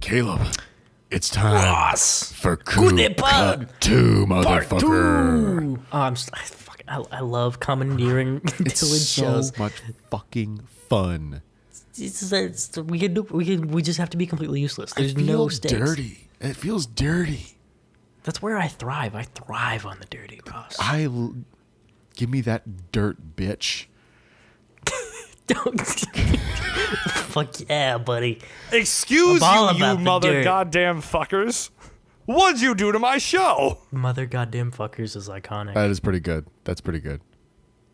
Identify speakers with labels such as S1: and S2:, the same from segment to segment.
S1: Caleb, it's time
S2: Ross.
S1: for Coup
S2: Goodie Bug
S1: Cut 2, motherfucker.
S2: Ooh. Oh, I'm just, I, fuck, I, I love commandeering
S1: It's
S2: Dylan
S1: so
S2: shows.
S1: much fucking fun.
S2: It's, just- it's- we can do, we can, we just have to be completely useless. There's
S1: it feels
S2: no stakes.
S1: dirty. It feels dirty.
S2: That's where I thrive. I thrive on the dirty, Ross.
S1: I l- give me that dirt, bitch.
S2: Don't. fuck yeah, buddy.
S3: Excuse
S2: I'm all
S3: you, you
S2: about the
S3: mother
S2: dirt.
S3: goddamn fuckers. What'd you do to my show?
S2: Mother goddamn fuckers is iconic.
S1: That is pretty good. That's pretty good.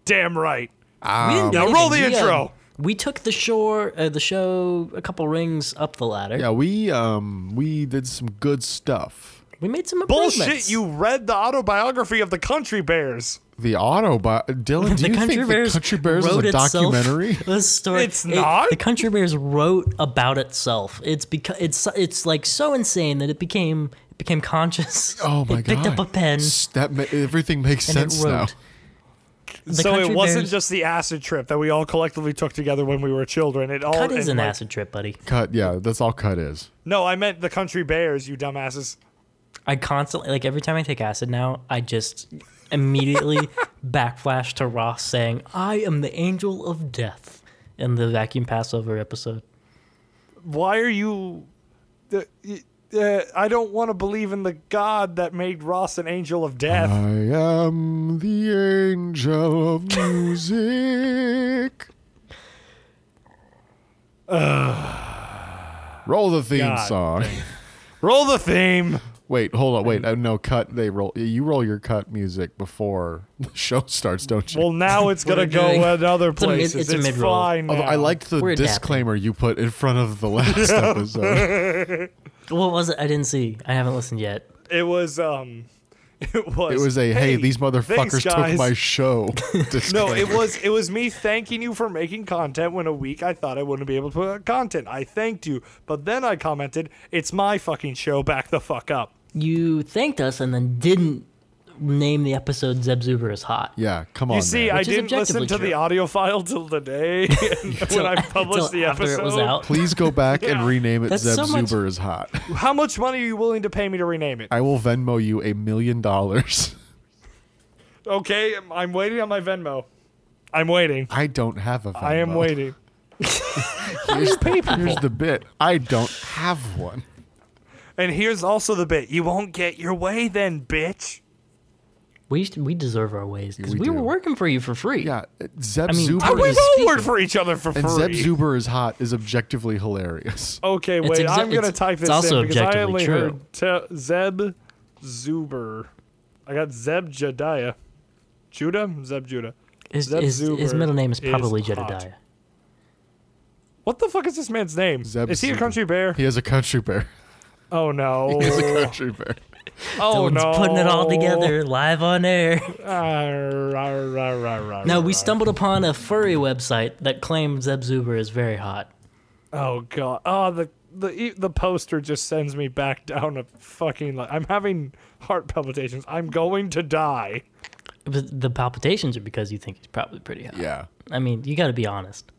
S3: Damn right.
S1: Um,
S2: We didn't do
S3: Now roll
S2: anything.
S3: the
S2: We,
S3: intro.
S2: um, we took the shore, uh, the show, a couple rings up the ladder.
S1: Yeah, we um we did some good stuff.
S2: We made some improvements.
S3: Bullshit, you read the autobiography of the Country Bears.
S1: The auto by Dylan, do
S2: The
S1: you
S2: Country
S1: think
S2: Bears
S1: the Country Bears is
S2: wrote
S1: a
S2: itself
S1: documentary?
S2: a story.
S3: It's not?
S2: The Country Bears wrote about itself. It's because it's it's like so insane that it became it became conscious.
S1: Oh my
S2: it
S1: god.
S2: Picked up a pen.
S1: S- That ma- everything makes
S2: And it
S1: sense now.
S2: wrote. The
S3: so it
S2: Country
S3: wasn't
S2: Bears-
S3: just the acid trip that we all collectively took together when we were children. It all
S2: Cut is
S3: Oh, and,
S2: an
S3: like-
S2: acid trip, buddy.
S1: Cut, yeah, that's all cut is.
S3: No, I meant the Country Bears, you dumbasses.
S2: I constantly like every time I take acid now, I just immediately backflash to Ross saying, "I am the angel of death." In the vacuum Passover episode,
S3: Why are you? Uh, uh, I don't want to believe in the God that made Ross an angel of death.
S2: Uh-huh.
S1: I am the angel of music. Roll the theme
S3: Ah. God.
S1: song.
S3: Roll the theme.
S1: Wait, hold on. Wait, uh, no cut. They roll. You roll your cut music before the show starts, don't you?
S3: Well, now it's
S2: What
S3: gonna
S2: are we
S3: go
S2: doing?
S3: another
S2: a mid-
S3: place. It's,
S2: it's a mid-roll.
S3: fine.
S1: Although
S3: now.
S1: I liked the
S2: We're adapting.
S1: disclaimer you put in front of the last episode.
S2: what was it? I didn't see. I haven't listened yet.
S3: it was um, it was
S1: It was a hey, these
S3: thanks,
S1: motherfuckers took
S3: guys."
S1: my show.
S3: No,
S1: disclaimer.
S3: it was it was me thanking you for making content when a week I thought I wouldn't be able to put out content. I thanked you, but then I commented, "It's my fucking show. Back the fuck up."
S2: you thanked us and then didn't name the episode Zeb Zuber is hot.
S1: Yeah, come on.
S3: You see,
S1: man.
S3: I
S2: Which is
S3: didn't listen
S2: objectively
S3: to the
S2: true.
S3: audio file till today and when
S2: Till-
S3: I
S2: till
S3: published the
S2: after
S3: episode.
S2: it was out.
S1: Please go back
S3: Yeah.
S1: and rename it
S2: That's
S1: Zeb
S2: so much-
S1: Zuber is hot.
S3: How much money are you willing to pay me to rename it?
S1: I will Venmo you a million dollars.
S3: Okay, I'm waiting on my Venmo. I'm waiting.
S1: I don't have a Venmo.
S3: I am waiting.
S1: Here's, here's the bit. I don't have one.
S3: And here's also the bit: you won't get your way, then, bitch.
S2: We used to- we deserve our ways because
S1: We
S2: we, were
S1: do.
S2: working for you for free.
S1: Yeah, Zeb
S2: I mean, I
S1: Zuber is,
S3: We
S2: was-
S3: all
S2: speaking.
S3: work for each other for
S1: and Zeb
S3: free.
S1: Zuber is hot is objectively hilarious.
S3: Okay,
S2: It's
S3: wait.
S2: exa-
S3: I'm gonna
S2: it's-
S3: type
S2: it's
S3: this
S2: also
S3: in because I
S2: objectively
S3: only
S2: true.
S3: heard te- Zeb Zuber. I got Zeb Jediah. Judah? Zeb Judah.
S2: his,
S3: Zeb
S2: his, his
S3: Zuber
S2: middle name is
S3: is
S2: probably
S3: hot.
S2: Jedediah.
S3: What the fuck is this man's name?
S1: Zeb
S3: is he a
S1: Zuber.
S3: country bear?
S1: He has a country bear.
S3: Oh no.
S1: He has a country bear.
S3: oh
S2: Dylan's
S3: no.
S2: putting it all together live on air.
S3: Arr, arr, arr, arr, arr,
S2: now
S3: arr.
S2: we stumbled upon a furry website that claimed Zeb Zuber is very hot.
S3: Oh god. Oh the the e- the poster just sends me back down a fucking. Li- I'm having heart palpitations. I'm going to die.
S2: But the palpitations are because you think he's probably pretty hot.
S1: Yeah.
S2: I mean, you got to be honest.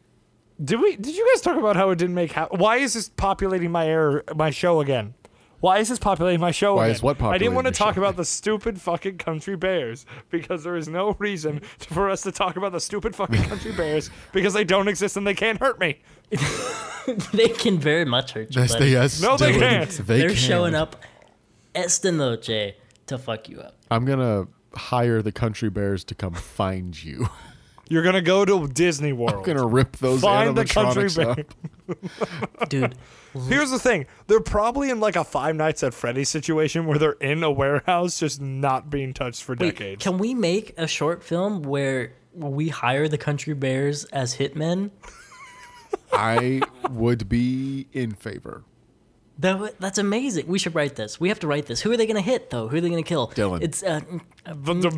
S3: Did we? Did you guys talk about how it didn't make? Ha- Why is this populating my air, my show again? Why is this populating my show
S1: Why
S3: again?
S1: is what
S3: I didn't
S1: populating
S3: want to
S1: your
S3: talk
S1: show?
S3: about the stupid fucking country bears because there is no reason for us to talk about the stupid fucking country bears because they don't exist and they can't hurt me.
S2: they can very much hurt you.
S1: Yes,
S2: buddy.
S1: they, yes,
S3: No, they
S1: Dylan,
S3: can't.
S1: They
S2: They're
S1: can.
S2: showing up esta noche to fuck you up.
S1: I'm gonna hire the country bears to come find you.
S3: You're gonna go to Disney World.
S1: I'm gonna rip those
S3: Find the country
S1: animatronics
S3: bear.
S1: up.
S2: Dude,
S3: Here's the thing: they're probably in like a Five Nights at Freddy's situation where they're in a warehouse, just not being touched for
S2: Wait,
S3: decades.
S2: Can we make a short film where we hire the country bears as hitmen?
S1: I would be in favor.
S2: That, w- that's amazing. We should write this. We have to write this. Who are they going to hit though? Who are they going to kill?
S1: Dylan.
S2: It's uh, mm, uh,
S3: But to
S2: mm,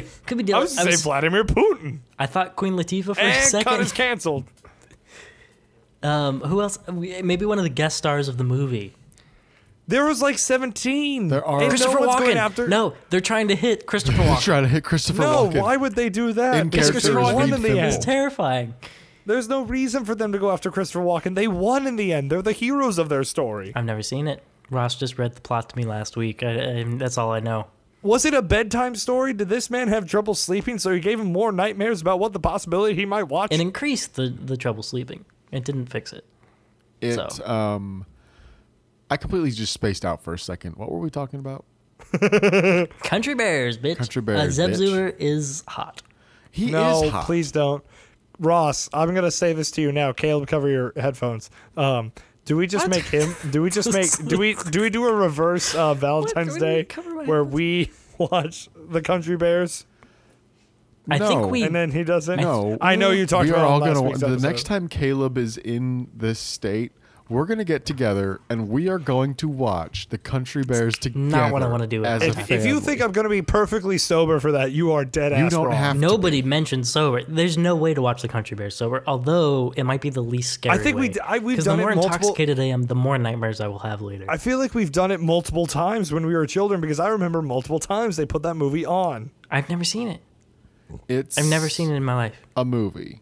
S2: Could be Dylan. Could be Dylan.
S3: I was
S2: I,
S3: gonna say
S2: was-
S3: Vladimir Putin.
S2: I thought Queen Latifah for a
S3: And cut is
S2: second.
S3: canceled.
S2: Um, who else? We- Maybe one of the guest stars of the movie.
S3: There was like 17.
S1: There are-
S3: And
S2: Christopher
S3: no one's
S2: Walken.
S3: going after.
S2: No, they're trying to hit Christopher
S1: He's
S2: Walken.
S1: trying to hit Christopher
S3: No,
S1: Walken.
S3: why would they do that?
S1: In
S3: Because
S1: character
S3: Christopher
S1: is
S3: Walken
S1: Reed
S3: in the
S1: Thimble.
S3: end.
S2: It's terrifying.
S3: There's no reason for them to go after Christopher Walken. They won in the end. They're the heroes of their story.
S2: I've never seen it. Ross just read the plot to me last week. I, I, that's all I know.
S3: Was it a bedtime story? Did this man have trouble sleeping, so he gave him more nightmares about what the possibility he might watch?
S2: It increased the, the trouble sleeping. It didn't fix it.
S1: It.
S2: So.
S1: Um, I completely just spaced out for a second. What were we talking about?
S2: Country Bears, bitch.
S1: Country Bears,
S2: Uh,
S1: bitch.
S2: Zebzooer is hot.
S1: He
S3: no,
S1: is hot.
S3: please don't. Ross, I'm gonna say this to you now. Caleb, cover your headphones. Um, do we just
S2: What?
S3: make him? Do we just make? Do we do we do a reverse uh, Valentine's
S2: What do I
S3: Day
S2: need to cover my
S3: where
S2: headphones?
S3: we watch the Country Bears
S2: I think
S1: No.
S2: we.
S3: and then he doesn't?
S1: No,
S3: I know you talked
S1: we
S3: about
S1: are
S3: it
S1: all
S3: on last
S1: gonna.
S3: week's
S1: the
S3: episode.
S1: next time Caleb is in this state, we're gonna get together and we are going to watch the Country Bears together.
S2: what I wanna do
S1: As
S2: at
S1: a
S2: the
S3: If, if you
S1: family.
S3: think I'm gonna be perfectly sober for that, you are dead ass
S1: you don't
S3: wrong.
S1: have to
S2: Nobody mentioned sober. There's no way to watch the Country Bears sober, although it might be the least scary.
S3: think
S2: way.
S3: we d- I- we've
S2: 'Cause
S3: done it
S2: the more
S3: multiple-
S2: intoxicated I am, the more nightmares I will have later.
S3: I feel like we've done it multiple times when we were children because I remember multiple times they put that movie on.
S2: I've never seen it.
S1: It's
S2: I've never seen it in my life.
S1: a movie.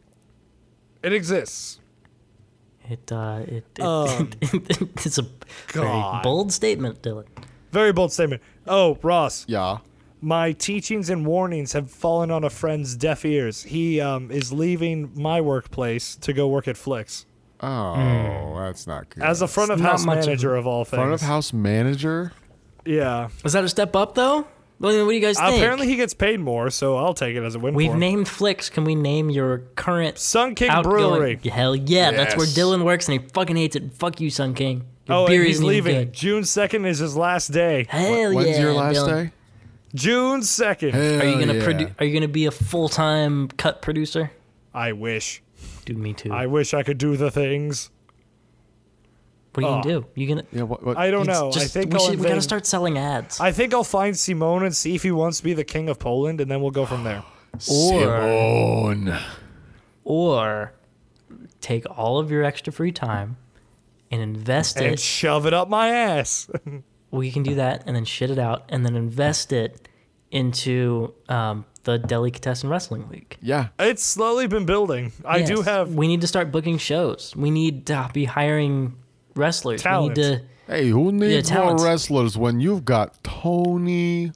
S3: It exists.
S2: It uh, it, it,
S3: Um,
S2: it's a
S3: God.
S2: very bold statement, Dylan.
S3: Very bold statement. Oh, Ross,
S1: Yeah.
S3: my teachings and warnings have fallen on a friend's deaf ears. He um, is leaving my workplace to go work at Flicks
S1: Oh, that's not good.
S3: Hmm. as a front of
S2: It's not
S3: house
S2: much of-
S3: manager of, all things.
S1: front of house manager.
S3: Yeah.
S2: Is that a step up though? What do you guys think?
S3: Apparently, he gets paid more, so I'll take it as a win.
S2: We've
S3: for him.
S2: named Flicks. Can we name your current
S3: Sun King
S2: outgoing?
S3: Brewery.
S2: Hell yeah, that's where
S1: Yes.
S2: Dylan works, and he fucking hates it. Fuck you, Sun King. Your
S3: Oh,
S2: beer
S3: and he's
S2: isn't even
S3: leaving.
S2: good.
S3: June second is his last day.
S2: Hell
S1: When's
S2: yeah,
S1: your last
S2: Dylan.
S1: day?
S3: June second.
S2: Are you
S1: Hell
S2: gonna
S1: yeah.
S2: produ- Are you gonna be a full time cut producer?
S3: I wish.
S2: Do me too.
S3: I wish I could do the things.
S2: what are you
S3: Oh.
S2: gonna do? You gonna?
S1: Yeah. What, what-
S3: I don't
S2: it's
S3: know. I
S2: just-
S3: think
S2: we,
S3: I'll
S2: should, we gotta
S3: invade-
S2: start selling ads.
S3: I think I'll find Simone and see if he wants to be the king of Poland, and then we'll go from there.
S1: Simone.
S2: or take all of your extra free time and invest
S3: and
S2: it.
S3: shove it up my ass.
S2: we can do that, and then shit it out, and then invest it into um, the delicatessen wrestling league.
S1: Yeah.
S3: it's slowly been building. I do
S2: Yes.
S3: have.
S2: We need to start booking shows. We need to be hiring wrestlers.
S3: Talent.
S2: We need to.
S1: Hey, who needs more
S2: talent.
S1: wrestlers when you've got Tony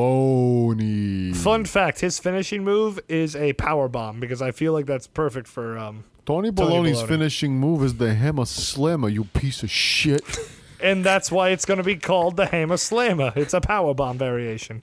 S1: Baloney?
S3: Fun fact: his finishing move is a power bomb because I feel like that's perfect for. Um,
S1: Tony
S3: Tony
S1: Baloney's
S3: Baloney.
S1: finishing move is the hammer slammer, you piece of shit.
S3: and that's why it's going to be called the Hammer Slammer. It's a power bomb variation.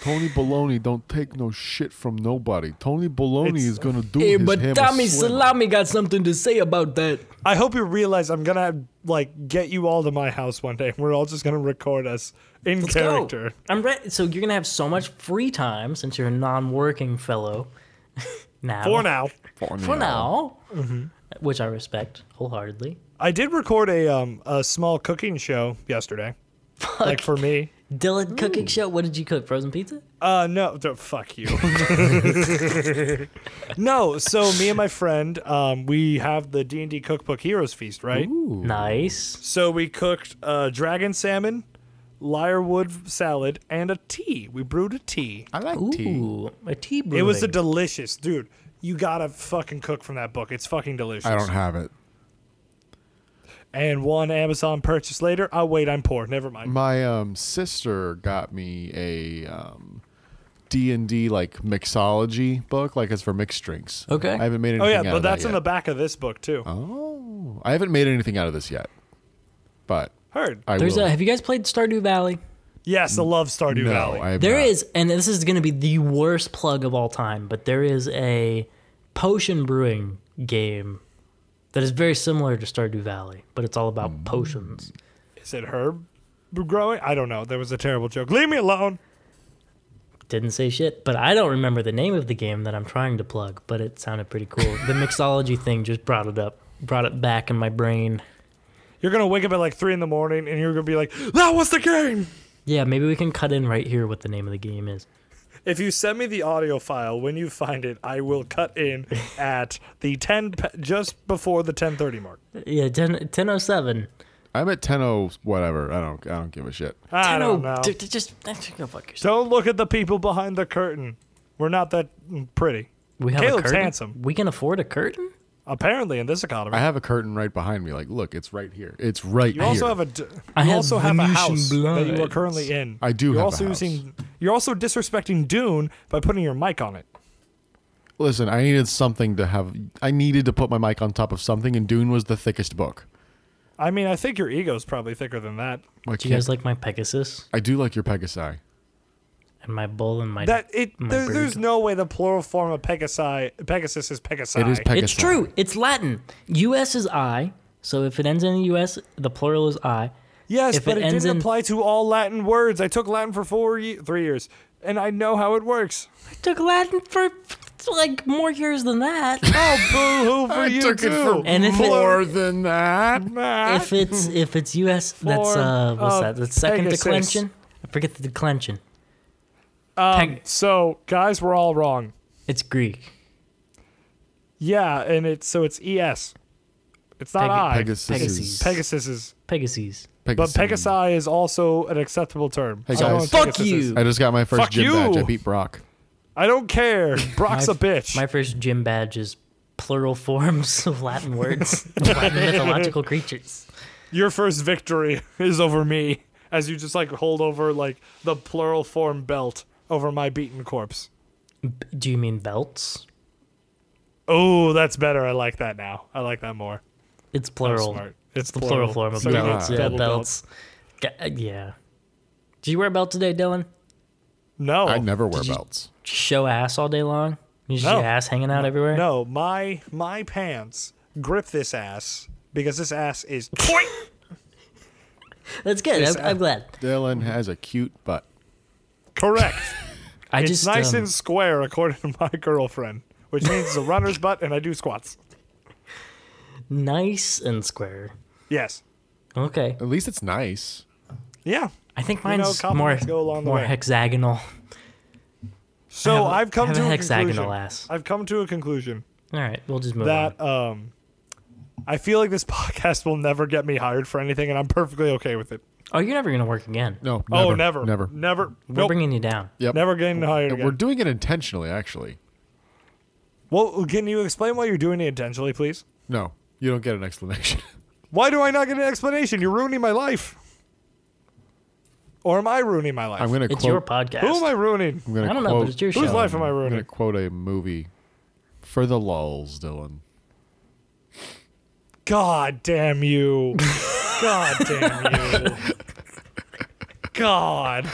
S1: Tony Baloney don't take no shit from nobody. Tony Baloney
S3: It's-
S1: is gonna do his hammer slammer.
S2: got something to say about that.
S3: I hope you realize I'm gonna like get you all to my house one day. We're all just gonna record us in character.
S2: I'm ready. So you're gonna have so much free time since you're a non-working fellow. now,
S3: For now, Mm-hmm.
S2: for now, which I respect wholeheartedly.
S3: I did record a um a small cooking show yesterday. Like mm. for me.
S2: Dylan cooking show. What did you cook? Frozen pizza.
S3: Uh, no, d- fuck you. no, so me and my friend, um, we have the D and D cookbook Heroes Feast, right?
S2: Nice.
S3: So we cooked uh, dragon salmon, lyrewood salad, and a tea. We brewed a tea.
S1: I like tea.
S2: Ooh, a tea brewing.
S3: It was a delicious, dude. You gotta fucking cook from that book. It's fucking delicious.
S1: I don't have it.
S3: and one Amazon purchase later. Oh wait, I'm poor. Never mind.
S1: My um, sister got me a um, D and D like mixology book, like it's for mixed drinks.
S2: Okay.
S1: I haven't made anything.
S3: Oh yeah,
S1: out
S3: but
S1: of that
S3: that's in the
S1: yet.
S3: back of this book too.
S1: Oh, I haven't made anything out of this yet, but
S3: Heard.
S1: I
S2: There's
S1: will.
S2: a. Have you guys played Stardew Valley?
S3: Yes, I love Stardew
S1: no,
S3: Valley.
S1: I have
S2: There
S1: not.
S2: is, and this is going to be the worst plug of all time, but there is a potion brewing game that is very similar to Stardew Valley, but it's all
S1: Mm.
S2: about potions.
S3: Is it herb growing? I don't know. That was a terrible joke. Leave me alone.
S2: Didn't say shit, but I don't remember the name of the game that I'm trying to plug, but it sounded pretty cool. the mixology thing just brought it up, brought it back in my brain.
S3: You're gonna wake up at like three in the morning and you're gonna be like, "That was the game."
S2: Yeah, maybe we can cut in right here what the name of the game is.
S3: If you send me the audio file when you find it, I will cut in at the ten p- just before the ten thirty mark.
S2: Yeah, 10, 1007.
S1: I'm at ten oh whatever. I don't. I don't give a shit.
S3: I don't
S2: 10
S1: oh,
S3: know.
S2: d- d- just, go fuck yourself.
S3: Don't look at the people behind the curtain. We're not that pretty.
S2: We have a
S3: Caleb's
S2: curtain.
S3: handsome.
S2: We can afford a curtain.
S3: Apparently, in this economy,
S1: I have a curtain right behind me. Like, look, it's right here. It's right
S3: you
S1: here.
S3: also have a. d-
S2: I
S3: you
S2: have
S3: also have a
S2: Venetian
S3: house that you are
S2: blinds.
S3: currently in.
S1: I do
S3: You're
S1: have a
S3: also
S1: house.
S3: using. You're also disrespecting Dune by putting your mic on it.
S1: Listen, I needed something to have. I needed to put my mic on top of something, and Dune was the thickest book.
S3: I mean, I think your ego's probably thicker than that.
S1: I,
S2: Do you guys
S1: can't-
S2: like my Pegasus
S1: I do like your Pegasi.
S2: and my bull and my?
S3: That it
S2: my
S3: there,
S2: bird?
S3: there's no way the plural form of Pegasi Pegasus is Pegasi.
S1: It is Pegasi.
S2: It's true. It's Latin. U.S. is I. So if it ends in U.S., the plural is I.
S3: Yes,
S2: If
S3: but
S2: it
S3: it,
S2: ends
S3: didn't
S2: in-
S3: apply to all Latin words. I took Latin for four, ye- three years, and I know how it works.
S2: I took Latin for like more years than that.
S3: Oh, boo hoo for
S1: I
S3: you
S1: took
S3: too.
S1: it for
S2: And if it-
S1: more than that.
S3: Matt.
S2: if it's if it's U.S., that's
S3: Form
S2: uh, what's
S3: of
S2: that? The second
S3: Pegasus.
S2: declension. I forget the declension.
S3: um,
S2: Peg-
S3: so guys, we're all wrong.
S2: It's Greek.
S3: Yeah, and it's so it's es. It's not
S2: Peg-
S3: I.
S1: Pegasus.
S2: Pegasus.
S3: Pegasus is,
S2: Pegasus.
S3: but
S1: Pegasi.
S3: Pegasi is also an acceptable term.
S1: Hey,
S3: I don't
S1: guys.
S3: know what
S2: Fuck
S3: Pegasus is.
S2: you.
S1: I just got my first
S3: Fuck
S1: gym badge. I
S3: you.
S1: beat Brock.
S3: I don't care. Brock's
S2: My-
S3: a bitch.
S2: My first gym badge is plural forms of Latin words, Latin mythological creatures.
S3: your first victory is over me as you just like hold over like the plural form belt over my beaten corpse.
S2: Do you mean belts?
S3: Oh, that's better. I like that now. I like that more.
S2: It's
S3: That was
S2: plural.
S3: Oh, smart. It's
S2: The plural form of
S3: So you get
S2: belts. Yeah,
S3: double
S2: belts. Ga- Yeah. Did you wear a belt today, Dylan?
S3: No.
S1: I never wear
S2: Did you-
S1: belts.
S2: Show ass all day long. Is
S3: No.
S2: your ass hanging out everywhere?
S3: No, my my pants grip this ass because this ass is
S2: That's good.
S3: Yes,
S2: I'm,
S3: I-
S2: I'm glad.
S1: Dylan has a cute butt.
S3: correct.
S2: I
S3: It's
S2: just
S3: nice
S2: um,
S3: and square according to my girlfriend, which means it's a runner's butt and I do squats.
S2: nice and square.
S3: Yes.
S2: Okay.
S1: At least it's nice.
S3: Yeah.
S2: I think
S3: know,
S2: mine's more
S3: compliments go a long
S2: more
S3: way.
S2: hexagonal.
S3: So
S2: have a-
S3: I've come
S2: I have
S3: to
S2: a
S3: a,
S2: hexagonal
S3: conclusion.
S2: ass.
S3: I've come to a conclusion.
S2: All right, we'll just move on.
S3: that um I feel like this podcast will never get me hired for anything, and I'm perfectly okay with it.
S2: Oh, you're never gonna work again.
S1: No.
S3: oh, never,
S1: Never.
S3: never,
S2: We're
S3: nope,
S2: bringing you down.
S1: Yep.
S3: never getting hired
S1: We're
S3: again.
S1: doing it intentionally, actually.
S3: Well, can you explain why you're doing it intentionally, please?
S1: No, you don't get an explanation.
S3: Why do I not get an explanation? You're ruining my life, or am I ruining my life?
S1: I'm gonna
S2: It's
S1: quote.
S2: your podcast.
S3: Who am I ruining?
S1: I'm gonna
S2: I don't know,
S1: quote,
S2: but it's your
S3: Whose
S2: show.
S3: life am I
S1: I'm gonna
S3: ruining?
S1: quote a movie for the lulls, Dylan.
S3: God damn you! God damn you! God.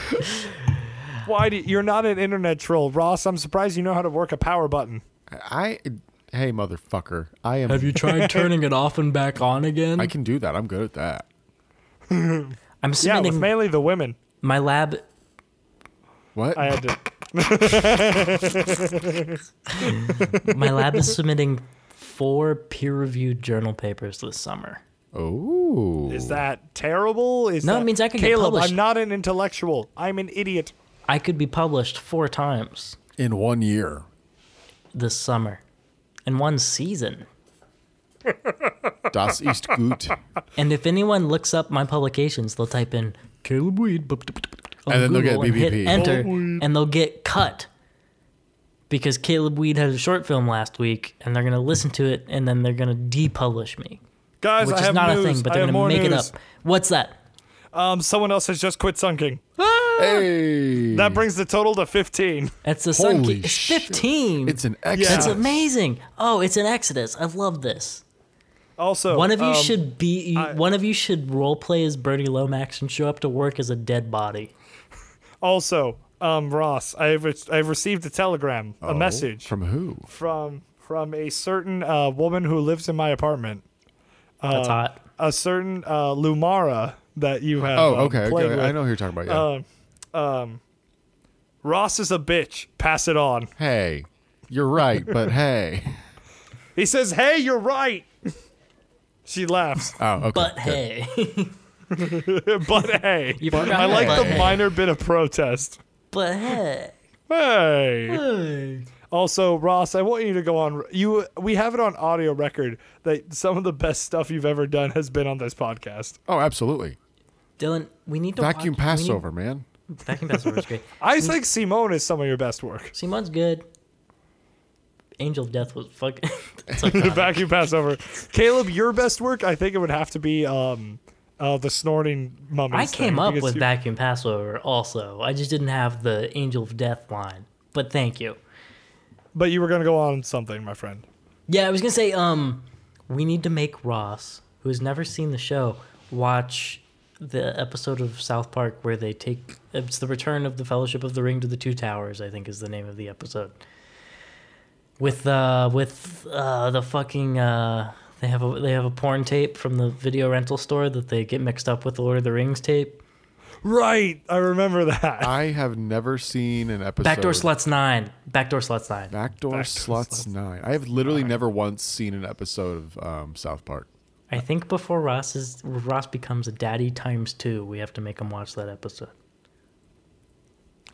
S3: Why do you're not an internet troll, Ross? I'm surprised you know how to work a power button.
S1: I, I- hey motherfucker, I am.
S2: Have you tried turning it off and back on again?
S1: I can do that. I'm good at that.
S2: I'm
S3: Yeah, with
S2: submitting
S3: mainly the women.
S2: my lab.
S1: What?
S3: I had to.
S2: My lab is submitting four peer-reviewed journal papers this summer.
S1: oh.
S3: Is that terrible? Is
S2: No, it
S3: that-
S2: means I could get
S3: Caleb,
S2: published.
S3: I'm not an intellectual. I'm an idiot.
S2: I could be published four times
S1: in one year?
S2: this summer, in one season.
S1: Das ist gut.
S2: And if anyone looks up my publications, they'll type in Caleb Weed, bup, bup, bup, bup, on
S1: And then they'll
S2: Google
S1: get
S2: and hit
S1: BBP.
S2: enter, and they'll get cut because Caleb Weed had a short film last week, and they're gonna listen to it, and then they're gonna depublish me,
S3: Guys,
S2: which
S3: I
S2: is
S3: have
S2: not
S3: news.
S2: a thing, but
S3: I
S2: they're
S3: have
S2: gonna
S3: more
S2: make it up.
S3: news.
S2: What's that?
S3: Um, someone else has just quit Sun King.
S2: Ah!
S1: hey.
S3: That brings the total to 15.
S2: That's the
S1: Holy
S2: Sun King. It's
S1: shit.
S2: fifteen.
S1: It's an
S3: Yeah.
S1: excellent.
S2: That's amazing. Oh, it's an Exodus. I love this.
S3: Also,
S2: One of you
S3: um,
S2: should be. you- one of you should role play as Bernie Lomax and show up to work as a dead body.
S3: Also, um, Ross, I've re- I've received a telegram,
S1: Oh.
S3: a message
S1: from who?
S3: from from a certain uh, woman who lives in my apartment. Uh,
S2: That's hot.
S3: A certain uh, Lumara that you have.
S1: Oh,
S3: um,
S1: okay.
S3: played
S1: okay.
S3: With.
S1: I know who you're talking about. Yeah.
S3: Um, um, Ross is a bitch. Pass it on.
S1: hey, you're right, but hey.
S3: He says, "Hey, you're right." She laughs.
S1: Oh, okay.
S2: But
S1: good.
S2: hey,
S3: but hey,
S2: you forgot
S3: I like
S2: about
S3: the
S2: that.
S3: minor bit of protest.
S2: But hey,
S3: Hey.
S2: hey.
S3: Also, Ross, I want you to go on. You, we have it on audio record that some of the best stuff you've ever done has been on this podcast.
S1: Oh, absolutely.
S2: Dylan, we need to
S1: Vacuum
S2: watch- we need-
S1: Passover, man.
S2: vacuum Passover is great.
S3: I think Simone is some of your best work.
S2: Simone's good. Angel of Death was fucking. it's like,
S3: the vacuum Passover. Caleb, your best work, I think it would have to be um, uh, the snorting mummies.
S2: I came
S3: thing,
S2: up
S3: because
S2: with
S3: you-
S2: vacuum Passover also. I just didn't have the Angel of Death line. But thank you.
S3: but you were gonna go on something, my friend.
S2: Yeah, I was gonna say, um, we need to make Ross, who has never seen the show, watch the episode of South Park where they take it's the return of the Fellowship of the Ring to the Two Towers. I think is the name of the episode. With uh, with uh, the fucking uh, they have a they have a porn tape from the video rental store that they get mixed up with the Lord of the Rings tape.
S3: Right, I remember that.
S2: Uh,
S1: I have never seen an episode.
S2: Backdoor Sluts Nine. Backdoor Sluts Nine.
S1: Backdoor,
S3: Backdoor
S1: Sluts,
S3: Sluts.
S1: 9. I have literally never once seen an episode of um, South Park.
S2: I think before Ross is Ross becomes a daddy times two, we have to make him watch that episode.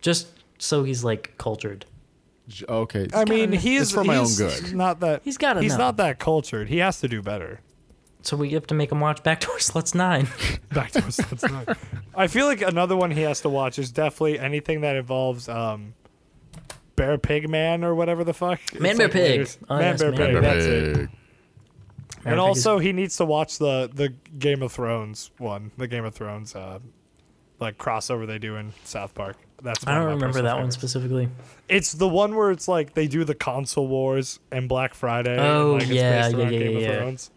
S2: Just so he's like cultured.
S1: J- Okay.
S3: I mean,
S2: It's
S3: he is
S1: it's for my own
S3: he's
S1: good.
S3: Not that
S2: He's gotta
S3: He's
S2: know.
S3: not that cultured. He has to do better.
S2: So we have to make him watch Backdoor Sluts Nine.
S3: Back to us. That's not. I feel like another one he has to watch is definitely anything that involves um, Bear Pig Man or whatever the fuck.
S2: Man
S3: It's
S2: Bear
S3: like later-
S2: Pig. Oh,
S3: Man
S2: yes,
S3: Bear
S2: Man
S3: Pig.
S2: Bear
S3: That's it.
S2: Matter of fact,
S3: And also, he needs to watch the the Game of Thrones one, the Game of Thrones uh, like crossover they do in South Park. That's
S2: I
S3: one of
S2: don't
S3: my
S2: remember
S3: personal
S2: that one
S3: favorites.
S2: specifically.
S3: It's the one where it's like they do the console wars and Black Friday. and,
S2: Oh,
S3: like, it's
S2: yeah,
S3: based
S2: yeah,
S3: around
S2: yeah,
S3: Game of
S2: yeah.
S3: Thrones.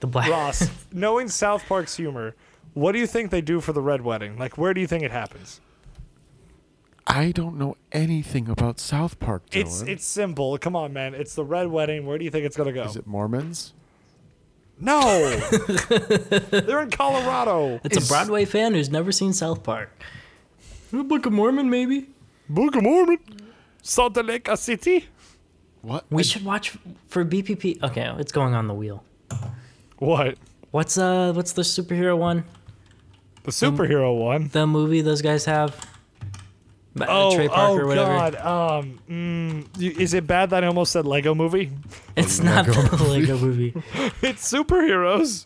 S2: The Black
S3: Ross, knowing South Park's humor, what do you think they do for the Red Wedding? Like, where do you think it happens?
S1: I don't know anything about South Park, Dylan.
S3: It's it's simple. Come on, man. It's the Red Wedding. Where do you think it's gonna go?
S1: Is it Mormons?
S3: no, they're in Colorado.
S2: It's a Broadway fan who's never seen South Park. Book of Mormon, maybe.
S3: Book of Mormon, Salt Lake City.
S1: What?
S2: We should watch for BPP. Okay, it's going on the wheel.
S3: What?
S2: What's uh? What's the superhero one?
S3: The
S2: Mm.
S3: superhero one.
S2: The movie those guys have. Ma-
S3: Oh,
S2: Trey Parker,
S3: oh
S2: whatever.
S3: God. Um, mm, you- is it bad that I almost said Lego Movie?
S2: It's not the Lego movie.
S3: It's superheroes.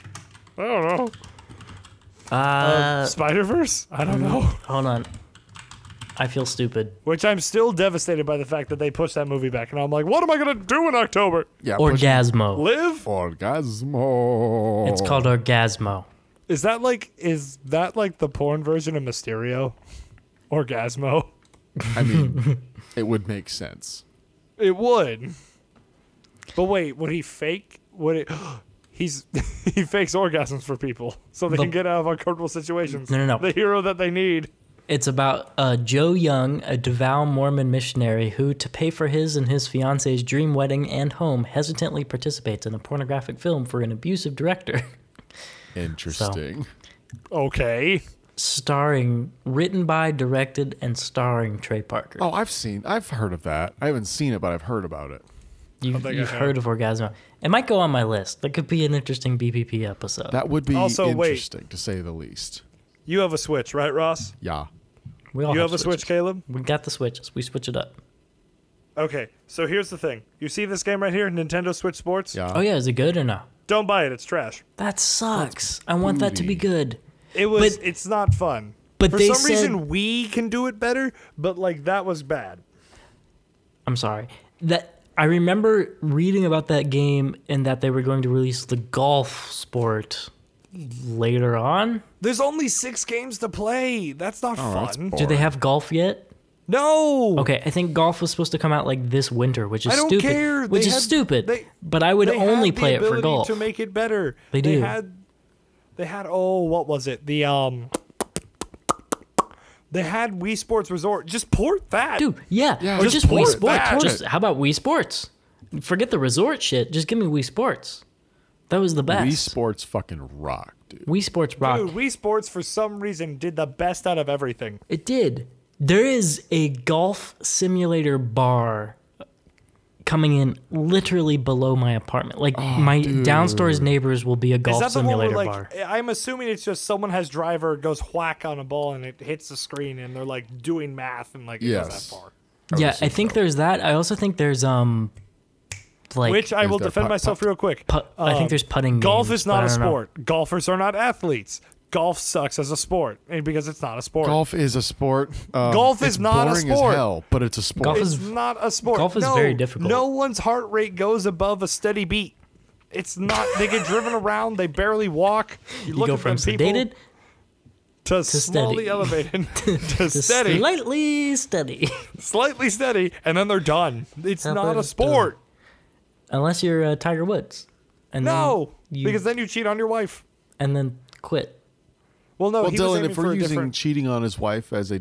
S3: I don't know.
S2: Uh,
S3: Spider Verse. I don't know.
S2: hold on. I feel stupid.
S3: Which I'm still devastated by the fact that they pushed that movie back, and I'm like, what am I gonna do in October?
S1: Yeah. push- Oh.
S2: Orgasmo.
S3: Live?
S1: Orgasmo.
S2: It's called Orgasmo.
S3: Is that like is that like the porn version of Mysterio? Orgasmo.
S1: I mean, it would make sense.
S3: It would. But wait, would he fake? Would it? He's he fakes orgasms for people so they
S2: The-
S3: can get out of uncomfortable situations.
S2: No, no, no.
S3: The hero that they need.
S2: It's about uh, Joe Young, a devout Mormon missionary who, to pay for his and his fiance's dream wedding and home, hesitantly participates in a pornographic film for an abusive director.
S1: Interesting.
S3: Okay.
S2: Starring, written by, directed, and starring Trey Parker.
S1: Oh, I've seen, I've heard of that. I haven't seen it, but I've heard about it.
S2: you,
S3: think I
S2: you've
S3: know.
S2: heard of Orgasmo. It might go on my list. That could be an interesting BPP episode.
S1: That would be
S3: Also, wait.
S1: interesting to say the least.
S3: You have a switch, right, Ross?
S1: Yeah.
S2: we all
S3: You have a
S2: switches.
S3: switch, Caleb?
S2: We got the switches. We switch it up.
S3: Okay. So here's the thing. You see this game right here, Nintendo Switch Sports?
S1: Yeah.
S2: Oh yeah, is it good or no?
S3: Don't buy it. It's trash.
S2: That sucks. I want that to be
S1: booty.
S2: good.
S3: It was.
S2: But-
S3: it's not fun.
S2: but
S3: for
S2: they
S3: some
S2: said-
S3: reason we can do it better, but like that was bad.
S2: I'm sorry. That I remember reading about that game and that they were going to release the golf sport later on.
S3: There's only six games to play. That's not
S1: Oh, that's
S3: fun.
S1: boring.
S2: Do they have golf yet?
S3: no.
S2: Okay, I think golf was supposed to come out like this winter, which is
S3: I don't
S2: stupid.
S3: care.
S2: Which
S3: They
S2: is
S3: had-
S2: stupid.
S3: they-
S2: but I would
S3: They
S2: only
S3: had the
S2: play it for
S3: ability
S2: golf.
S3: to make it better.
S2: They do.
S3: had they had oh what was it? The um they had Wii Sports Resort. Just port that.
S2: Dude, yeah,
S1: Yeah,
S2: or
S1: just
S2: just Wii
S1: port it
S2: Sports.
S1: back.
S2: Just how about Wii Sports? Forget the resort shit. Just give me Wii Sports. That was the best.
S1: Wii Sports fucking rock, dude.
S2: Wii Sports rocked.
S3: Dude, Wii Sports for some reason did the best out of everything.
S2: It did. There is a golf simulator bar coming in literally below my apartment. Like my downstairs neighbors will be a
S3: Oh, Is
S2: golf
S3: that the one where
S2: simulator
S3: like
S2: bar.
S3: I'm assuming it's just someone has driver goes whack on a ball and it hits the screen and they're like doing math and like it goes
S1: Yes.
S3: that far.
S2: yeah,
S1: assume
S2: I think there's that. I also think there's um like
S3: Which I
S1: Is
S3: will
S1: there
S3: defend
S1: putt-
S3: myself real quick.
S2: pu- I think
S3: um,
S2: there's putting.
S3: Golf
S2: games,
S3: is
S2: but
S3: not
S2: I
S3: a
S2: don't know.
S3: sport. Golfers are not athletes. golf sucks as a sport and because it's not a sport.
S1: Golf is a sport. Um,
S3: Golf
S1: it's
S3: is not a
S1: boring
S3: sport.
S1: As hell, but it's a sport.
S2: Golf
S3: It's
S2: is-
S3: not a sport.
S2: golf is
S3: No,
S2: very difficult.
S3: No one's heart rate goes above a steady beat. It's not. They get driven around. They barely walk. You,
S2: You
S3: look
S2: go
S3: at
S2: from
S3: them people
S2: sedated
S3: to, slowly
S2: steady.
S3: elevated to
S2: to
S3: steady,
S2: slightly steady.
S3: slightly steady, and then they're done. It's
S2: And
S3: not
S2: then
S3: a
S2: it's
S3: sport.
S2: Unless you're uh, Tiger Woods. And
S3: No,
S2: Then Mm-hmm. you,
S3: because then you cheat on your wife.
S2: and then quit.
S3: Well, no.
S1: well,
S3: he was
S1: Dylan,
S3: aiming
S1: if
S3: for
S1: we're
S3: a
S1: using
S3: different-
S1: cheating on his wife as a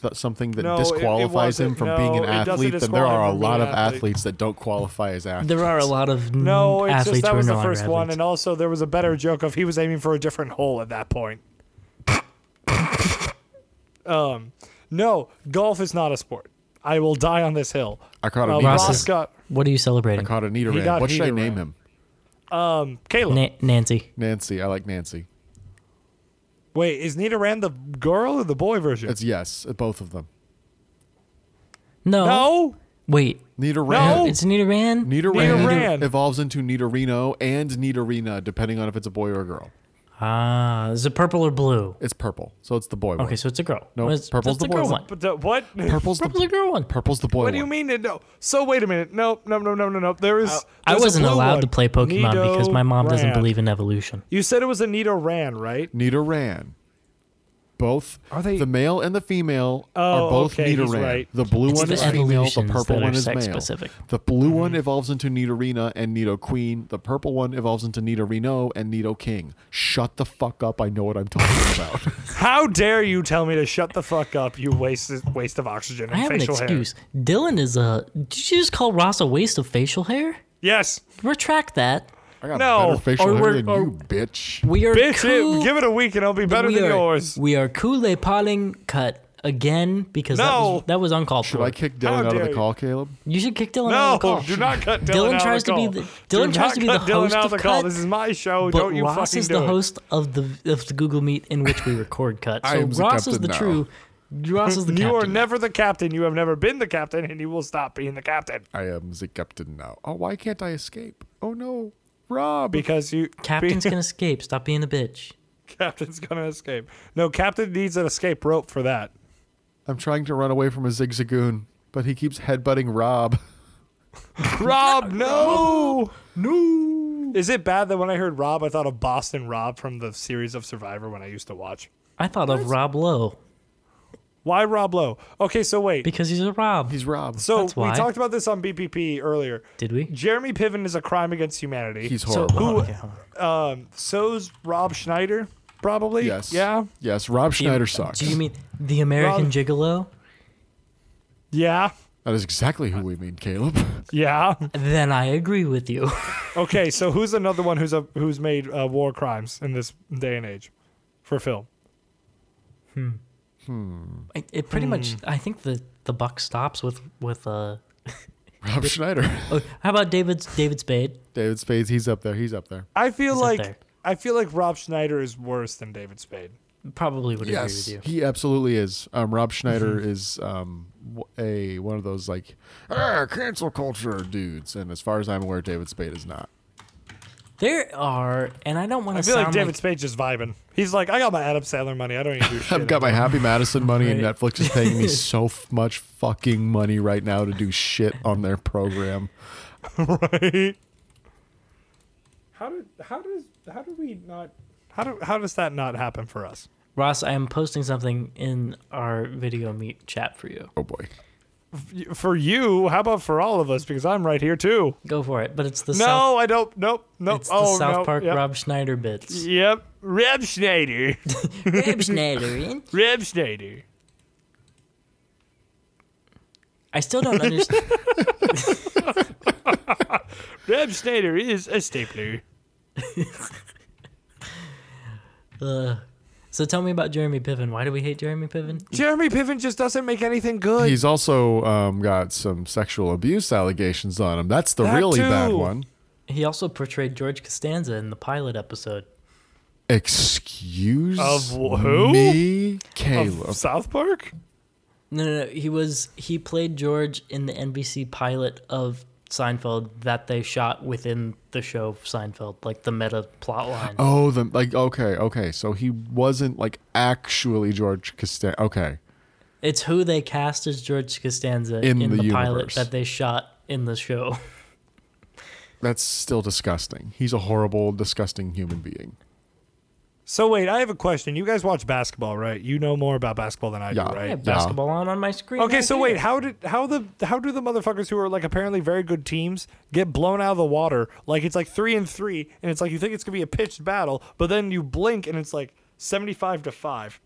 S1: th- something that
S3: No, it- it
S1: disqualifies him
S3: wasn't.
S1: from being an
S3: No, it doesn't
S1: athlete, then there
S3: disqualify
S1: are a
S3: him from being
S1: lot of
S3: an athlete.
S1: athletes that don't qualify as athletes.
S2: There are a lot of
S3: no, it's
S2: athletes
S3: just that
S2: who are
S3: was
S2: no
S3: the
S2: longer
S3: first one,
S2: athletes.
S3: and also there was a better joke of he was aiming for a different hole at that point. um, no, golf is not a sport. I will die on this hill.
S1: I caught a
S3: Uh,
S1: needle.
S2: Ross
S1: ram.
S3: Ross
S2: is-
S3: got
S2: what are you
S1: I
S2: celebrating?
S1: caught a needle
S3: He
S1: ram.
S3: got
S1: What should I
S3: needle
S1: name
S3: ram.
S1: him?
S3: um Caleb.
S2: Na- Nancy.
S1: Nancy. I like Nancy.
S3: Wait, is Nita Rand the girl or the boy version?
S1: It's yes, uh, both of them.
S2: No.
S3: no,
S2: Wait.
S1: Nita
S3: No!
S1: ram.
S2: It's Anita Rand.
S1: Nita
S3: Nita
S1: ram
S3: Ran.
S1: evolves into Nita Reno and Nidorina, depending on if it's a boy or a girl.
S2: ah, is it purple or blue?
S1: It's purple, so it's the boy one.
S2: Okay, so it's a girl.
S1: No,
S2: Well, it's,
S1: purple's
S2: that's
S1: the
S2: the girl
S1: boy's-
S2: one.
S3: but the, what?
S1: Purple's the
S2: Purple's the girl one.
S1: purple's the boy
S3: What
S1: one.
S3: do you mean? No. So wait a minute. No, no, no, no, no, no. There is.
S2: I
S3: there's a
S2: wasn't
S3: blue
S2: allowed
S3: one.
S2: to play Pokemon because my mom doesn't
S3: Nidoran.
S2: believe in evolution.
S3: You said it was a Nita Rand, right?
S1: Nita Ran. Both
S3: Are they-
S1: the male and the female
S3: Oh,
S1: are both
S3: okay,
S1: Nita
S3: he's
S1: Ran.
S3: right.
S1: The blue
S2: It's
S1: one
S2: the
S1: is female, the
S2: evolutions
S1: purple
S2: that are
S1: one is male.
S2: sex-specific.
S1: The blue
S3: Mm-hmm.
S1: one evolves into Nidorina and Nido Queen. The purple one evolves into Nidorino and Nido King. Shut the fuck up! I know what I'm talking about.
S3: How dare you tell me to shut the fuck up, you waste waste of oxygen and
S2: I have an
S3: facial
S2: excuse. Dylan is a. Did you just call Ross a waste of facial hair?
S3: hair. Yes.
S2: Retract that.
S1: I got
S3: No.
S1: better facial
S2: Or
S1: hair
S2: we're-
S1: than
S2: or-
S1: you, bitch.
S2: We are
S3: Bitch, it-
S2: cool.
S3: give it a week and I'll be better
S2: we
S3: than
S2: are,
S3: yours.
S2: We are Kool-Aid potting cut again because that, was,
S3: No.
S2: that was uncalled
S1: Should
S2: for.
S1: I kick Dylan
S3: How
S1: out of
S3: dare
S1: the
S3: you.
S1: call, Caleb?
S2: you should kick Dylan out
S3: No,
S2: of the call.
S3: do not cut Dylan,
S2: Dylan
S3: out
S2: tries
S3: of the
S2: to be
S3: call.
S2: the-
S3: do
S2: Dylan
S3: not
S2: tries to be the
S3: cut Dylan
S2: host
S3: out
S2: of
S3: the call.
S2: Cut,
S3: This is my show.
S2: But
S3: Don't you
S2: Ross
S3: fucking
S2: is
S3: do
S2: the
S3: it.
S2: host of the of the Google Meet in which we record cut.
S1: I
S2: So
S1: am the
S2: Ross is
S1: captain
S2: the
S1: now.
S2: true. Ross is the
S3: You are
S2: captain.
S3: never the captain. You have never been the captain, and you will stop being the captain
S1: I am the captain now. Oh, why can't I escape? Oh no, Rob.
S3: because you
S2: Captain's can escape. Stop being a bitch.
S3: captain's gonna escape. No, captain needs an escape rope for that.
S1: I'm trying to run away from a zigzagoon, but he keeps headbutting Rob.
S3: Rob, no, no. Is it bad that when I heard Rob, I thought of Boston Rob from the series of Survivor when I used to watch?
S2: I thought of Rob Lowe
S3: Why Rob Lowe? Okay, so wait.
S2: because he's a Rob.
S1: He's Rob.
S3: so
S2: That's
S3: we
S2: why.
S3: talked about this on BPP earlier.
S2: Did we?
S3: Jeremy Piven is a crime against humanity.
S1: He's
S2: So
S1: horrible.
S2: oh, okay, hold on.
S3: um, so's Rob Schneider, probably.
S1: Yes.
S3: Yeah.
S1: Yes. Rob Schneider sucks.
S2: Do you mean the American
S3: Rob-
S2: Gigolo?
S3: Yeah.
S1: that is exactly who we mean, Caleb.
S3: Yeah.
S2: Then I agree with you.
S3: Okay, so who's another one who's a, who's made uh, war crimes in this day and age for film?
S2: It, it pretty much.
S3: Hmm.
S2: I think the the buck stops with with uh.
S1: Rob Schneider.
S2: Oh, how about David's David Spade?
S1: David Spades. He's up there. He's up there.
S3: I feel
S2: He's up
S3: like
S2: there.
S3: I feel like Rob Schneider is worse than David Spade.
S2: Probably would
S1: Yes,
S2: agree with you.
S1: he absolutely is. Um, Rob Schneider is um, w- a one of those like "Ah, cancel culture dudes, and as far as I'm aware, David Spade is not.
S2: There are, and I don't want
S3: I
S2: to
S3: feel
S2: sound
S3: like David Spade's just vibing. He's like, I got my Adam Sandler money. I don't need to do shit.
S1: I've got my Happy Madison money, and
S2: Right.
S1: Netflix is paying me so f- much fucking money right now to do shit on their program.
S3: right. How did how does how do we not how do how does that not happen for us?
S2: Ross. I am posting something in our video meet chat for you.
S1: Oh boy,
S3: Y- For you, how about for all of us? Because I'm right here too.
S2: Go for it. But it's the
S3: no,
S2: South.
S3: I don't. Nope. Nope.
S2: It's
S3: oh
S2: the South
S3: no.
S2: Park
S3: yep.
S2: Rob Schneider bits.
S3: Yep. Rob Schneider.
S2: Rob Schneider. eh?
S3: Rob Schneider.
S2: I still don't understand.
S3: Rob Schneider is a stapler.
S2: Ugh. so tell me about Jeremy Piven. Why do we hate Jeremy Piven?
S3: Jeremy Piven just doesn't make anything good.
S1: he's also um, got some sexual abuse allegations on him. That's the
S3: That
S1: really bad
S3: too.
S1: one.
S2: He also portrayed George Costanza in the pilot episode.
S1: Excuse
S3: Of wh- who?
S1: me, Caleb.
S3: of South Park?
S2: No, no, no. He was he played George in the NBC pilot of Seinfeld that they shot within the show of Seinfeld, like the meta plot line.
S1: Oh, the like. Okay, okay. So he wasn't like actually George Costanza. Okay,
S2: It's who they cast as George Costanza
S1: In
S2: in,
S1: the
S2: the, pilot
S1: universe.
S2: that they shot in the show.
S1: that's still disgusting. He's a horrible, disgusting human being.
S3: So wait, I have a question. You guys watch basketball, right? You know more about basketball than I
S1: Yeah.
S3: do,
S2: I
S3: right?
S2: have basketball on on my screen.
S3: Okay,
S2: right
S3: so
S2: here.
S3: wait, how did how the how do the motherfuckers who are like apparently very good teams get blown out of the water? Like it's like three and three, and it's like you think it's gonna be a pitched battle, but then you blink and it's like seventy-five to five.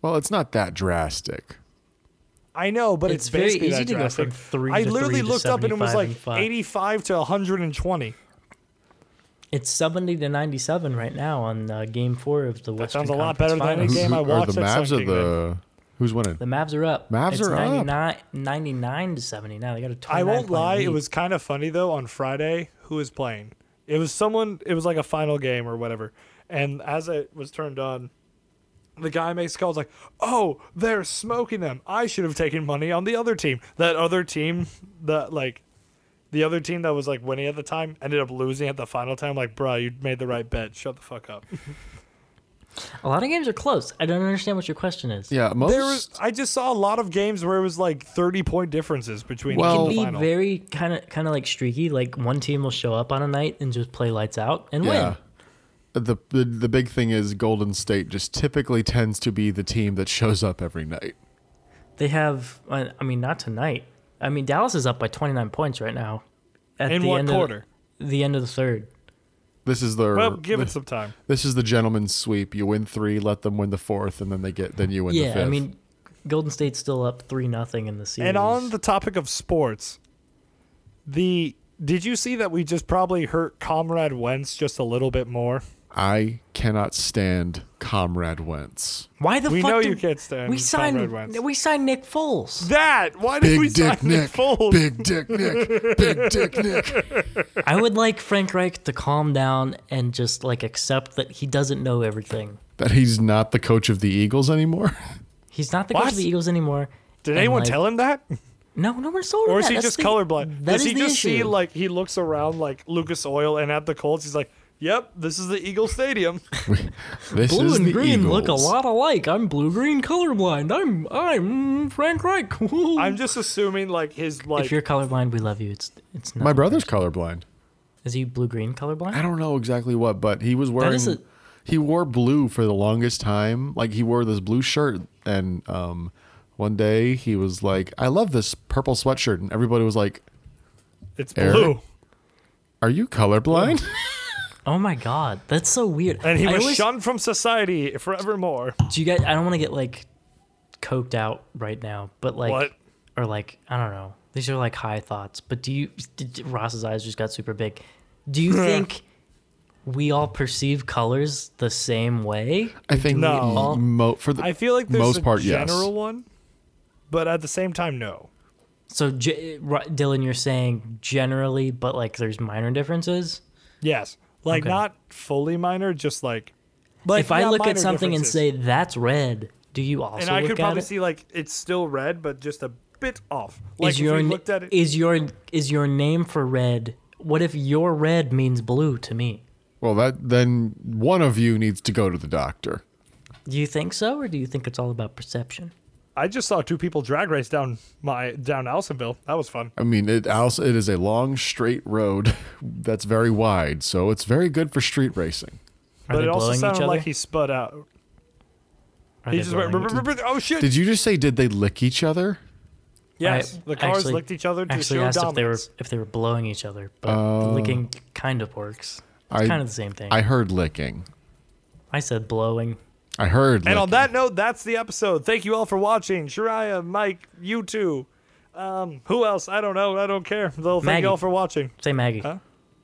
S1: Well, it's not that drastic.
S3: I know, but it's,
S2: It's very
S3: basically
S2: easy
S3: that
S2: to go from
S3: drastic.
S2: three
S3: I
S2: to
S3: literally
S2: three to
S3: looked up and it was
S2: 75
S3: like
S2: and five.
S3: eighty-five to one hundred and twenty.
S2: It's 70 to 97 right now on uh, game four of the Western
S3: sounds a lot
S2: Conference
S3: better than any
S2: Finals.
S3: game I
S1: are
S3: watched
S1: the
S3: that
S1: Mavs
S3: Sun
S1: or the who's winning?
S2: The Mavs are up.
S1: Mavs
S2: it's
S1: are up.
S2: 99, 99 to 70 now. They got a 29
S3: I won't
S2: point
S3: lie,
S2: lead.
S3: it was kind of funny though on Friday who was playing. It was someone it was like a final game or whatever. And as it was turned on, the guy makes calls like, "Oh, they're smoking them. I should have taken money on the other team." That other team that like the other team that was like winning at the time ended up losing at the final time. Like, bruh, you made the right bet. Shut the fuck up.
S2: A lot of games are close. I don't understand what your question is.
S1: yeah, most.
S3: There was, I just saw a lot of games where it was like thirty point differences between
S2: It
S1: Well-
S2: can
S3: the
S2: be
S3: final.
S2: very kind of kind of like streaky. Like one team will show up on a night and just play lights out and win.
S1: The, the the big thing is Golden State just typically tends to be the team that shows up every night.
S2: They have. I I mean, not tonight. I mean, Dallas is up by 29 points right now. At
S3: in
S2: the
S3: one
S2: end
S3: quarter.
S2: Of, the end of the third.
S1: This is their
S3: Well, give it some time.
S1: this is the gentleman's sweep. You win three, let them win the fourth, and then they get then you win the
S2: Yeah,
S1: fifth.
S2: I mean, Golden State's still up three nothing in the series.
S3: And on the topic of sports, the did you see that we just probably hurt Comrade Wentz just a little bit more?
S1: I cannot stand Comrade Wentz.
S2: why the
S3: We
S2: fuck
S3: know
S2: did-
S3: you can't stand
S2: we
S3: Conrad
S2: signed
S3: Wentz.
S2: we signed Nick Foles.
S3: That why did we
S1: Big
S3: sign
S1: Dick
S3: Nick
S1: Nick.
S3: Foles?
S1: Big Dick Nick. Big Dick Nick.
S2: I would like Frank Reich to calm down and just like accept that he doesn't know everything.
S1: That he's not the coach of the Eagles anymore.
S2: He's not the coach
S3: What?
S2: of the Eagles anymore.
S3: Did
S2: And,
S3: anyone
S2: like,
S3: tell him that?
S2: No, no one told him.
S3: Or is
S2: that.
S3: he
S2: That's
S3: just
S2: the-
S3: colorblind?
S2: that
S3: Does
S2: is
S3: he
S2: the
S3: just see
S2: issue.
S3: like he looks around like Lucas Oil and at the Colts he's like, "Yep, this is the Eagle Stadium."
S1: This
S2: blue
S1: is
S2: and
S1: the
S2: green
S1: Eagles.
S2: look a lot alike? I'm blue green colorblind. I'm I'm Frank Reich.
S3: I'm just assuming like his like
S2: if you're colorblind, we love you. It's it's not.
S1: My brother's colorblind.
S2: is he blue green
S1: I
S2: colorblind?
S1: don't know exactly what, but he was wearing.
S2: is a-
S1: he wore blue for the longest time. Like he wore this blue shirt, and um, one day he was like, "I love this purple sweatshirt," and everybody was like,
S3: it's
S1: Eric?
S3: blue.
S1: "Are you colorblind?"
S2: Oh my god, that's so weird.
S3: And he
S2: I
S3: was
S2: always-
S3: shunned from society forevermore.
S2: Do you guys? I don't want to get like coked out right now, but like
S3: What?
S2: or like I don't know. These are like high thoughts. But do you? Did, Ross's eyes just got super big. Do you think we all perceive colors the same way?
S1: I think
S3: No.
S1: mo- for the
S3: I feel like there's
S1: most
S3: a
S1: part, yes.
S3: general one, but at the same time no.
S2: So, J- Ro- Dylan, you're saying generally, but like there's minor differences.
S3: Yes. Like
S2: Okay.
S3: not fully minor, just like like
S2: if I
S3: not
S2: look at
S3: minor
S2: something and
S3: differences.
S2: say that's red, do you also
S3: and I
S2: look
S3: could
S2: at
S3: probably
S2: it?
S3: see like it's still red, but just a bit off. Like
S2: is
S3: if
S2: your
S3: we
S2: n-
S3: looked at it,
S2: is your is your name for red? What if your red means blue to me?
S1: well, that then one of you needs to go to the doctor.
S2: Do you think so, or do you think it's all about perception?
S3: I just saw two people drag race down my down Allisonville. That was fun.
S1: I mean, it also it is a long straight road that's very wide, so it's very good for street racing.
S2: Are
S3: but
S2: they
S3: it also
S2: blowing each
S3: sounded
S2: other?
S3: like he spud out.
S2: Are
S3: He
S2: they
S3: just went
S2: blowing each-
S3: "Brr-brr-brr-brr-brr." oh shit.
S1: Did you just say did they lick each other?
S3: yes,
S2: I
S3: the cars
S2: actually-
S3: licked each other to
S2: Actually,
S3: show
S2: asked if they were
S3: dominance.
S2: if they were blowing each other, but licking kind of works. It's
S1: Uh, I-
S2: kind of the same thing.
S1: I
S2: I,
S1: heard licking.
S2: said blowing.
S1: I heard.
S3: And
S1: licking.
S3: on that note, that's the episode. Thank you all for watching. Shariah, Mike, you too. Um, who else? I don't know. I don't care. Though, thank
S2: Maggie.
S3: you all for watching.
S2: Say Maggie.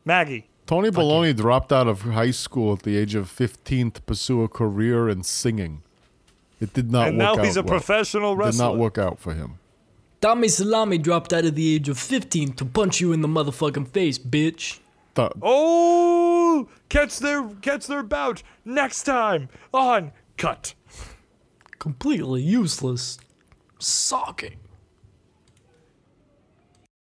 S3: Maggie.
S1: Tony Baloney dropped out of high school at the age of 15 to pursue a career in singing. It did not
S3: And
S1: work
S3: now
S1: out.
S3: he's a
S1: well.
S3: professional
S1: Did
S3: wrestler.
S1: not work out for him.
S2: Tommy Salami dropped out of the age of 15 to punch you in the motherfucking face, bitch.
S1: Th-
S3: Oh, catch their catch their bout next time on cut.
S2: Completely useless. Socking.